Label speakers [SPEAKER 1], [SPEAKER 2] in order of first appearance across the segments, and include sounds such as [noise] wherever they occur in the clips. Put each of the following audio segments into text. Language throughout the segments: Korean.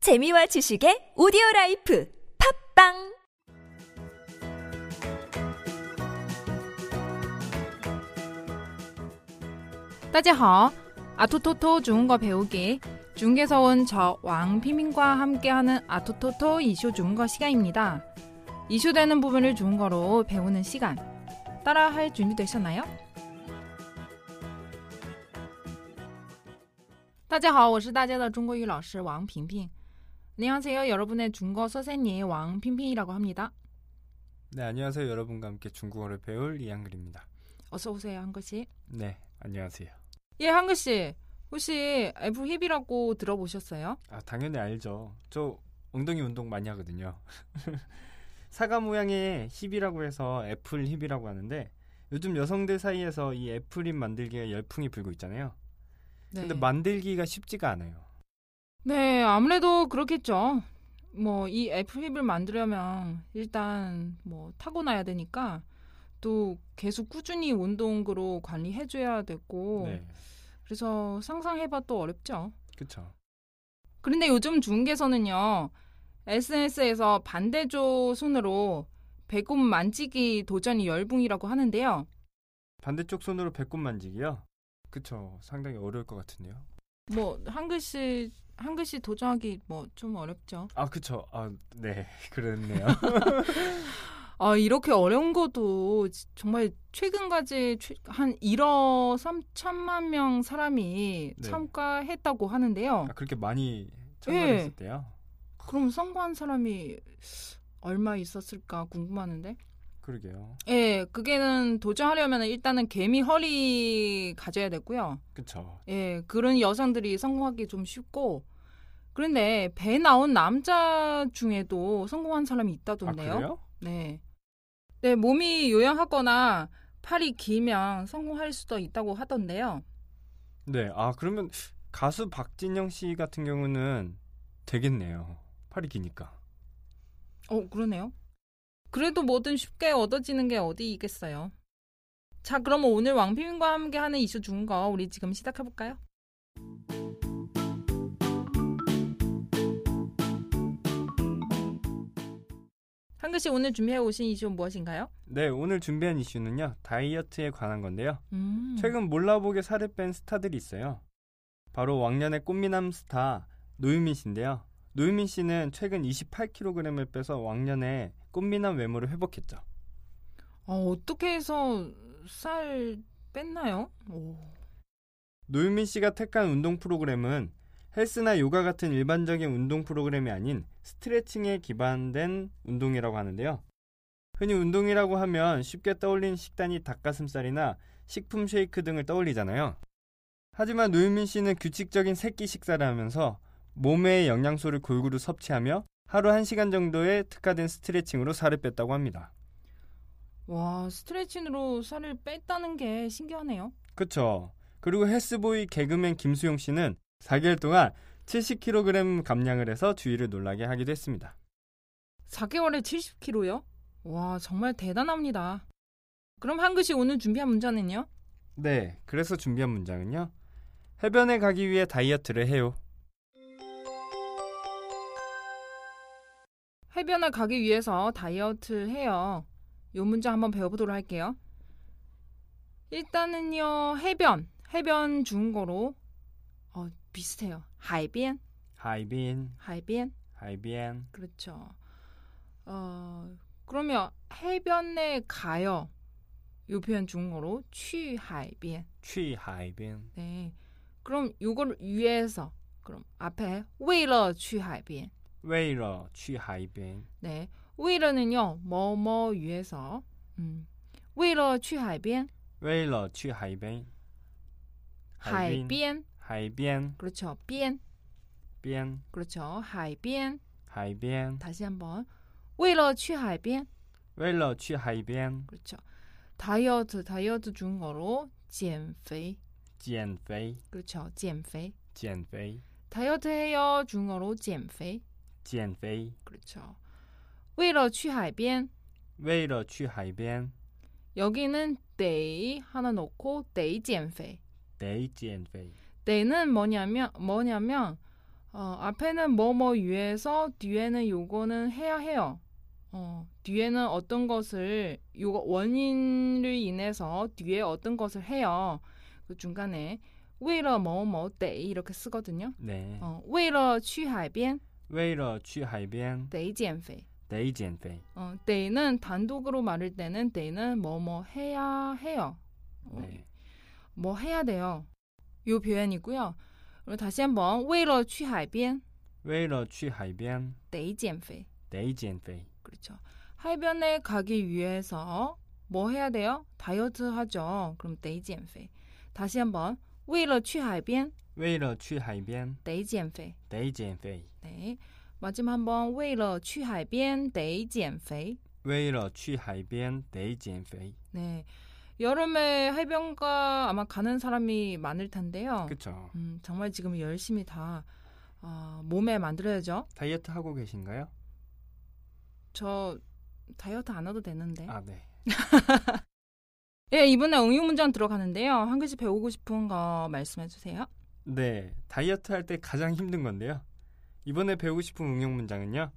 [SPEAKER 1] 재미와 지식의 오디오 라이프 팝빵
[SPEAKER 2] 따지하 아토토토 중국어 배우기 중국에서 온 저 왕피민과 함께하는 아토토토 이슈 중국어 시간입니다. 이슈되는 부분을 중국어로 배우는 시간 따라할 준비되셨나요? 大家好，我是大家的中国语老师王萍萍。 안녕하세요, 여러분의 중국어 선생님 왕핑핑이라고 합니다.
[SPEAKER 3] 네, 안녕하세요. 여러분과 함께 중국어를 배울 이한글입니다.
[SPEAKER 2] 어서 오세요, 한 글씨.
[SPEAKER 3] 네, 안녕하세요.
[SPEAKER 2] 예, 한 글씨. 혹시 F 힙이라고 들어보셨어요?
[SPEAKER 3] 아, 당연히 알죠. 저 엉덩이 운동 많이 하거든요. [laughs] 사과 모양의 힙이라고 해서 애플 힙이라고 하는데 요즘 여성들 사이에서 이 애플 힙 만들기가 열풍이 불고 있잖아요.
[SPEAKER 2] 네.
[SPEAKER 3] 근데 만들기가 쉽지가 않아요.
[SPEAKER 2] 네, 아무래도 그렇겠죠. 뭐, 이 애플힙을 만들려면 일단 뭐 타고나야 되니까 또 계속 꾸준히 운동으로 관리해줘야 되고
[SPEAKER 3] 네.
[SPEAKER 2] 그래서 상상해봐도 어렵죠.
[SPEAKER 3] 그쵸
[SPEAKER 2] 그런데 요즘 중계에서는요, SNS에서 반대조 손으로 배꼽 만지기 도전이 열풍이라고 하는데요.
[SPEAKER 3] 반대쪽 손으로 배꼽 만지기요? 그쵸 상당히 어려울 것 같은데요.
[SPEAKER 2] 뭐, 한 글씨, 한 글씨 도전하기 뭐 좀 어렵죠.
[SPEAKER 3] 아, 그쵸 아, 네. [laughs]
[SPEAKER 2] [laughs]
[SPEAKER 3] 그랬네요.
[SPEAKER 2] 아, 이렇게 어려운 것도 지- 정말 최근까지 최- 한 1억 3천만 명 사람이
[SPEAKER 3] 네.
[SPEAKER 2] 참가했다고 하는데요.
[SPEAKER 3] 아, 그렇게 많이 참가했을
[SPEAKER 2] 예.
[SPEAKER 3] 때요?
[SPEAKER 2] 그럼 선거한 사람이 얼마 있었을까 궁금하는데.
[SPEAKER 3] 그러게요.
[SPEAKER 2] 예, 그게는 도전하려면 일단은 개미 허리 가져야 되고요.
[SPEAKER 3] 그쵸
[SPEAKER 2] 예, 그런 여성들이 성공하기 좀 쉽고. 그런데 배 나온 남자 중에도 성공한 사람이
[SPEAKER 3] 아,
[SPEAKER 2] 있다던데요.
[SPEAKER 3] 그래요?
[SPEAKER 2] 네. 네, 몸이 요양하거나 팔이 길면 성공할 수도 있다고 하던데요.
[SPEAKER 3] 네, 아 그러면 가수 박진영 씨 같은 경우는 되겠네요. 팔이 기니까.
[SPEAKER 2] 어, 그러네요. 그래도 뭐든 쉽게 얻어지는 게 어디 있겠어요. 자, 그럼 오늘 왕피민과 함께 하는 이슈 중거 우리 지금 시작해 볼까요? 한글 씨 오늘 준비해 오신 이슈 무엇인가요?
[SPEAKER 3] 네, 오늘 준비한 이슈는요 다이어트에 관한 건데요.
[SPEAKER 2] 음.
[SPEAKER 3] 최근 몰라보게 살을 뺀 스타들이 있어요. 바로 왕년의 꽃미남 스타 노유민 씨인데요. 노유민 씨는 최근 28kg을 빼서 왕년의 꽃미남 외모를 회복했죠.
[SPEAKER 2] 어, 어떻게 해서 살 뺐나요? 오.
[SPEAKER 3] 노유민 씨가 택한 운동 프로그램은 헬스나 요가 같은 일반적인 운동 프로그램이 아닌 스트레칭에 기반된 운동이라고 하는데요. 흔히 운동이라고 하면 쉽게 떠올린 식단이 닭가슴살이나 식품 쉐이크 등을 떠올리잖아요. 하지만 노유민 씨는 규칙적인 세끼 식사를 하면서 몸의 영양소를 골고루 섭취하며 하루 1시간 정도의 특화된 스트레칭으로 살을 뺐다고 합니다.
[SPEAKER 2] 와, 스트레칭으로 살을 뺐다는 게 신기하네요.
[SPEAKER 3] 그쵸. 그리고 헬스보이 개그맨 김수용 씨는 4개월 동안 70kg 감량을 해서 주위를 놀라게 하기도 했습니다.
[SPEAKER 2] 4개월에 70kg요? 와, 정말 대단합니다. 그럼 한글씨 오늘 준비한 문자는요?
[SPEAKER 3] 네, 그래서 준비한 문장은요. 해변에 가기 위해 다이어트를 해요.
[SPEAKER 2] 해변을 가기 위해서 다이어트 해요. 요 문자 한번 배워보도록 할게요. 일단은요, 해변. 해변 중국어로 어, 비슷해요. 하이변,
[SPEAKER 3] 하이빈,
[SPEAKER 2] 하이변.
[SPEAKER 3] 하이빈.
[SPEAKER 2] 그렇죠. 어, 그러면 해변에 가요. 요 표현 중국어로 취하이변.
[SPEAKER 3] 취 하이빈.
[SPEAKER 2] 네. 그럼 요걸 위해서 그럼 앞에 为了去海边.
[SPEAKER 3] 웨이러 취 하이빈.
[SPEAKER 2] 네. 为了는요. 뭐뭐 위해서. 음. 为了去海边.
[SPEAKER 3] 웨이러 취 하이빈. 海
[SPEAKER 2] 海
[SPEAKER 3] 边.
[SPEAKER 2] 边.
[SPEAKER 3] 하이빈,
[SPEAKER 2] 그렇죠. 边.
[SPEAKER 3] 빈,
[SPEAKER 2] 그렇죠. 海边.
[SPEAKER 3] 하이빈.
[SPEAKER 2] 다시 한번. 为了去海边.
[SPEAKER 3] 웨이러 취 하이빈.
[SPEAKER 2] 그렇죠. 다이어트 다이어트 중국어로 减肥.
[SPEAKER 3] 减肥,
[SPEAKER 2] 그렇죠. 减肥.
[SPEAKER 3] 减肥,
[SPEAKER 2] 다이어트 해요. 중국어로 减肥.
[SPEAKER 3] 减肥.
[SPEAKER 2] 그렇죠. 为了去海边.
[SPEAKER 3] 웨이러 취 하이빈.
[SPEAKER 2] 여기는 day 하나 넣고 day 减肥.
[SPEAKER 3] 네, 减肥.
[SPEAKER 2] day는 뭐냐면 뭐냐면 어, 앞에는 뭐뭐 위해서 뒤에는 요거는 해야 해요. 어, 뒤에는 어떤 것을 요거 원인을 인해서 뒤에 어떤 것을 해요. 그 중간에 왜러 뭐뭐 때 이렇게 쓰거든요.
[SPEAKER 3] 네.
[SPEAKER 2] 어, 为了去海边
[SPEAKER 3] 为了去海边
[SPEAKER 2] 得减肥
[SPEAKER 3] 得减肥。
[SPEAKER 2] 어, 때는 단독으로 말할 때는 때는 뭐뭐 해야 해요. 어,
[SPEAKER 3] 네.
[SPEAKER 2] 뭐 해야 돼요. 요 표현이고요. 그리고 다시 한번 为了去海边
[SPEAKER 3] 为了去海边
[SPEAKER 2] 得减肥
[SPEAKER 3] 得减肥。
[SPEAKER 2] 그렇죠. 해변에 가기 위해서 뭐 해야 돼요? 다이어트 하죠. 그럼 데이지엔페. 다시 한번. 为了去海边
[SPEAKER 3] 为了去海边
[SPEAKER 2] 데이지엔페.
[SPEAKER 3] 得减肥。
[SPEAKER 2] 네. 마지막 한번 为了去海边 데이지엔페.
[SPEAKER 3] 为了去海边得减肥。
[SPEAKER 2] 네. 여름에 해변가 아마 가는 사람이 많을 텐데요.
[SPEAKER 3] 그쵸.
[SPEAKER 2] 음, 정말 지금 열심히 다 아, 몸에 만들어야죠.
[SPEAKER 3] 다이어트 하고 계신가요?
[SPEAKER 2] 저 다이어트 안 해도 되는데.
[SPEAKER 3] 아 네.
[SPEAKER 2] 예, 이번에 응용 문장 들어가는데요. 한 글씩 배우고 싶은 거 말씀해 주세요.
[SPEAKER 3] 네. 다이어트 할 때 가장 힘든 건데요. 이번에 배우고 싶은 응용 문장은요.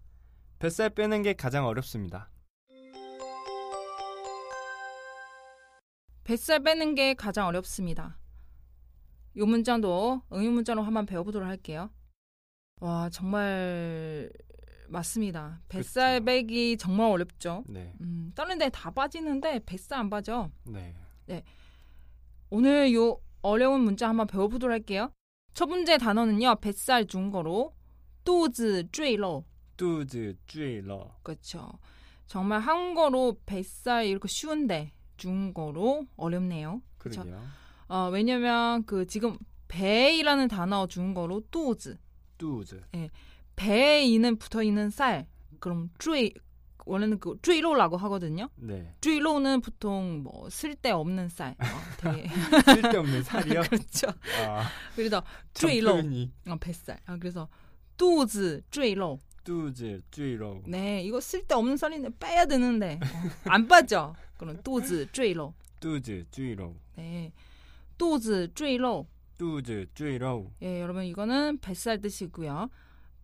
[SPEAKER 3] 뱃살 빼는 게 가장 어렵습니다.
[SPEAKER 2] 뱃살 빼는 게 가장 어렵습니다. 이 문장도 응용 문장으로 한번 배워보도록 할게요. 와 정말 맞습니다. 뱃살
[SPEAKER 3] 그쵸.
[SPEAKER 2] 빼기 정말 어렵죠.
[SPEAKER 3] 네.
[SPEAKER 2] 음, 다른 데 다 빠지는데 뱃살 안 빠져.
[SPEAKER 3] 네.
[SPEAKER 2] 오늘 요 어려운 문장 한번 배워보도록 할게요. 첫 번째 단어는요. 뱃살 중거로 뚜즈 쬐러
[SPEAKER 3] 肚子 쥐러
[SPEAKER 2] 그렇죠. 정말 한거로 뱃살 이렇게 쉬운데 중거로 어렵네요. 그쵸.
[SPEAKER 3] 그러게요.
[SPEAKER 2] 어, 왜냐면 그 지금 배이라는 단어 준 거로 또즈
[SPEAKER 3] 肚子
[SPEAKER 2] 배에 있는 붙어 있는 살 그럼 쭈이 원래는 그 쭈이로라고 하거든요.
[SPEAKER 3] 네.
[SPEAKER 2] [laughs] 쭈이로는 보통 뭐 쓸데 없는 쌀 어, 되게 [laughs]
[SPEAKER 3] 쓸데없는 살이요.
[SPEAKER 2] 그렇죠.
[SPEAKER 3] 아,
[SPEAKER 2] 그래서
[SPEAKER 3] 참
[SPEAKER 2] 쭈이로
[SPEAKER 3] 표현이.
[SPEAKER 2] 어, 뱃살. 아, 그래서 또즈 쭈이로
[SPEAKER 3] 肚子 쥐러
[SPEAKER 2] 네 이거 쓸데 없는 쌀인데 빼야 되는데 어, 안 빠져. 그럼 또즈 쭈이로
[SPEAKER 3] 肚子 쥐러
[SPEAKER 2] 네 또즈 쭈이로
[SPEAKER 3] 肚子 쥐러
[SPEAKER 2] 예, 여러분 이거는 뱃살 뜻이고요.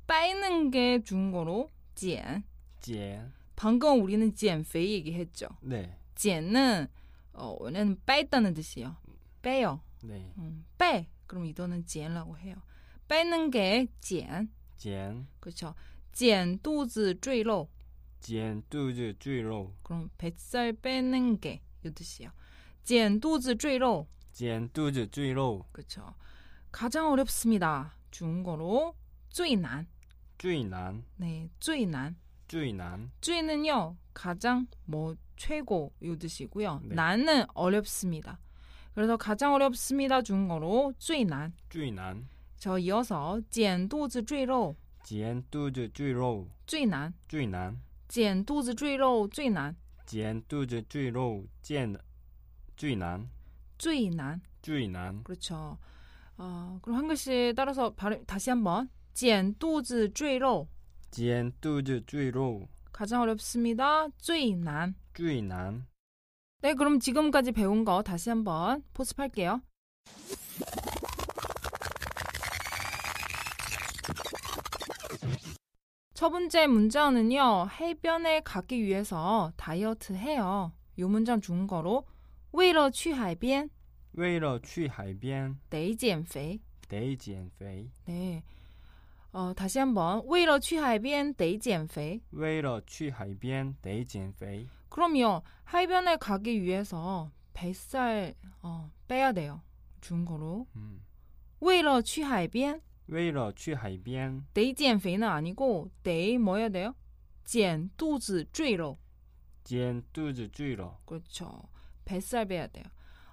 [SPEAKER 2] 빠이는 게 중국어로 减.
[SPEAKER 3] 젠
[SPEAKER 2] 방금 우리는 减肥 얘기했죠.
[SPEAKER 3] 네.
[SPEAKER 2] 减은 어, 원래는 빼다는 뜻이에요. 빼요.
[SPEAKER 3] 네.
[SPEAKER 2] 음, 빼. 그럼 이거는 减라고 해요. 빼는 게 减.
[SPEAKER 3] 젠
[SPEAKER 2] 그렇죠. 减肚子赘肉.
[SPEAKER 3] 젠肚子 쥐러
[SPEAKER 2] 그럼 뱃살 빼는 게 이 뜻이에요. 减肚子赘肉.
[SPEAKER 3] 젠肚子 쥐러
[SPEAKER 2] 그렇죠. 가장 어렵습니다. 중국어로 最难.
[SPEAKER 3] 쥐난
[SPEAKER 2] 네, 最难.
[SPEAKER 3] 쥐난
[SPEAKER 2] 쯔는요 가장 뭐 최고 요 뜻이고요.
[SPEAKER 3] 네.
[SPEAKER 2] 난은 어렵습니다. 그래서 가장 어렵습니다 중국어로 最난.
[SPEAKER 3] 쥐난
[SPEAKER 2] 저 이어서 减肚子赘肉
[SPEAKER 3] 젠肚子 쥐러
[SPEAKER 2] 最난.
[SPEAKER 3] 쥐난
[SPEAKER 2] 减肚子赘肉 最난.
[SPEAKER 3] 젠肚子 쥐러 젠 쥐난
[SPEAKER 2] 最난.
[SPEAKER 3] 쥐난
[SPEAKER 2] 그렇죠. 어, 그럼 한 글씨 따라서 발음 다시 한번 减肚子赘肉
[SPEAKER 3] 젠肚子 쥐러
[SPEAKER 2] 가장 어렵습니다 最난.
[SPEAKER 3] 쥐난
[SPEAKER 2] 네, 그럼 지금까지 배운 거 다시 한번 포습할게요. 첫 번째 문장은요. 해변에 가기 위해서 다이어트 해요. 요 문장 중거로 为了去海边
[SPEAKER 3] 为了去海边
[SPEAKER 2] 得减肥.
[SPEAKER 3] 得减肥，
[SPEAKER 2] 네. 어, 다시 한번 为了去海边得减肥.
[SPEAKER 3] 为了去海边得减肥。
[SPEAKER 2] 그럼요. 해변에 가기 위해서 뱃살 어, 빼야 돼요. 중거로
[SPEAKER 3] 嗯，
[SPEAKER 2] 为了去海边
[SPEAKER 3] 为了去海边
[SPEAKER 2] 得减肥는 아니고 내 뭐야 돼요? 哦减肚子赘肉
[SPEAKER 3] 减肚子赘肉，
[SPEAKER 2] 그렇죠. 뱃살 빼야 돼요.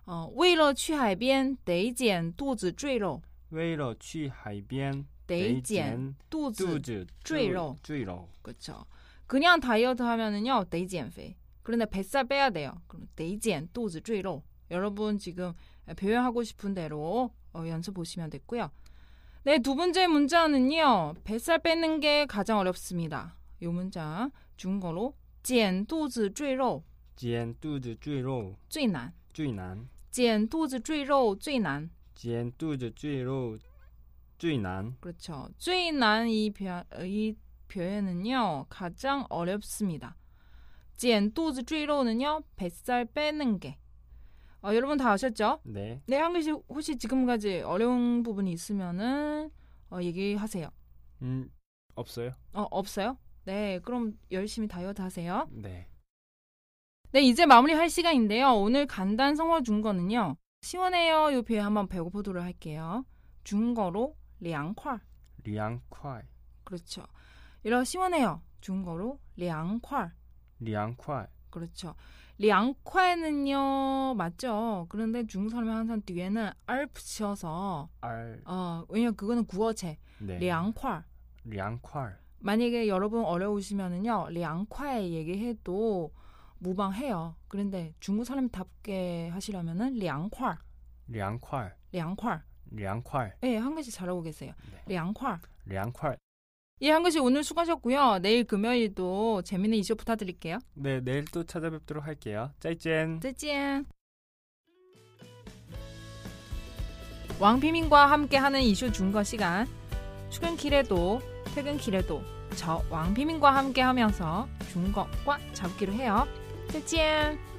[SPEAKER 2] 어, 为了去海边得减肚子赘肉
[SPEAKER 3] 为了去海边得
[SPEAKER 2] 得减肚子赘肉
[SPEAKER 3] 减肚子
[SPEAKER 2] 赘肉
[SPEAKER 3] 赘肉。
[SPEAKER 2] 그렇죠. 그냥 다이어트 하면은요. 得减肥 그런데 뱃살 빼야 돼요. 그럼 得减肚子赘肉 여러분 지금 표현하고 싶은 대로 어, 연습 보시면 됐고요. 네, 두 번째 문자는요. 뱃살 빼는 게 가장 어렵습니다. 요 문자 중국어로 减肚子赘肉
[SPEAKER 3] 减肚子赘肉
[SPEAKER 2] 最难.
[SPEAKER 3] 最难，
[SPEAKER 2] 减肚子赘肉最难.
[SPEAKER 3] 减肚子赘肉 주의난.
[SPEAKER 2] 그렇죠. 제일 난이 이 표현은요 가장 어렵습니다. 찐 도즈 쥐로는요 뱃살 빼는 게. 어, 여러분 다 아셨죠?
[SPEAKER 3] 네.
[SPEAKER 2] 네, 한글씨 혹시 지금까지 어려운 부분이 있으면은 어, 얘기하세요.
[SPEAKER 3] 음, 없어요?
[SPEAKER 2] 어, 없어요? 네, 그럼 열심히 다이어트 하세요.
[SPEAKER 3] 네.
[SPEAKER 2] 네, 이제 마무리할 시간인데요. 오늘 간단 성어 중거는요. 시원해요. 요 표현 한번 배워보도록 할게요. 중거로 량콸.
[SPEAKER 3] 리앙콰이.
[SPEAKER 2] 그렇죠. 이런 시원해요. 중거로 량콸.
[SPEAKER 3] 리앙콰이.
[SPEAKER 2] 그렇죠. 량콸는요 맞죠. 그런데 중국 사람이 항상 뒤에는 알 붙여서
[SPEAKER 3] 알.
[SPEAKER 2] 어 왜냐 그거는 구어체
[SPEAKER 3] 네.
[SPEAKER 2] 량콸.
[SPEAKER 3] 리앙콰이.
[SPEAKER 2] 만약에 여러분 어려우시면은요 량콰에 얘기해도 무방해요. 그런데 중국 사람답게 하시려면은 량콰,
[SPEAKER 3] 리앙콰이.
[SPEAKER 2] 량콰.
[SPEAKER 3] 리앙콰이.
[SPEAKER 2] 예, 한글씨 잘하고 계세요.
[SPEAKER 3] 네.
[SPEAKER 2] 량콰.
[SPEAKER 3] 리앙콰이.
[SPEAKER 2] 예, 한글씨 오늘 수고하셨고요. 내일 금요일도 재밌는 이슈 부탁드릴게요.
[SPEAKER 3] 네, 내일 또 찾아뵙도록 할게요. 짜이젠.
[SPEAKER 2] 再见. 왕피민과 함께하는 이슈 중거 시간. 출근길에도 퇴근길에도 저 왕피민과 함께하면서 중거과 잡기로 해요. 再见.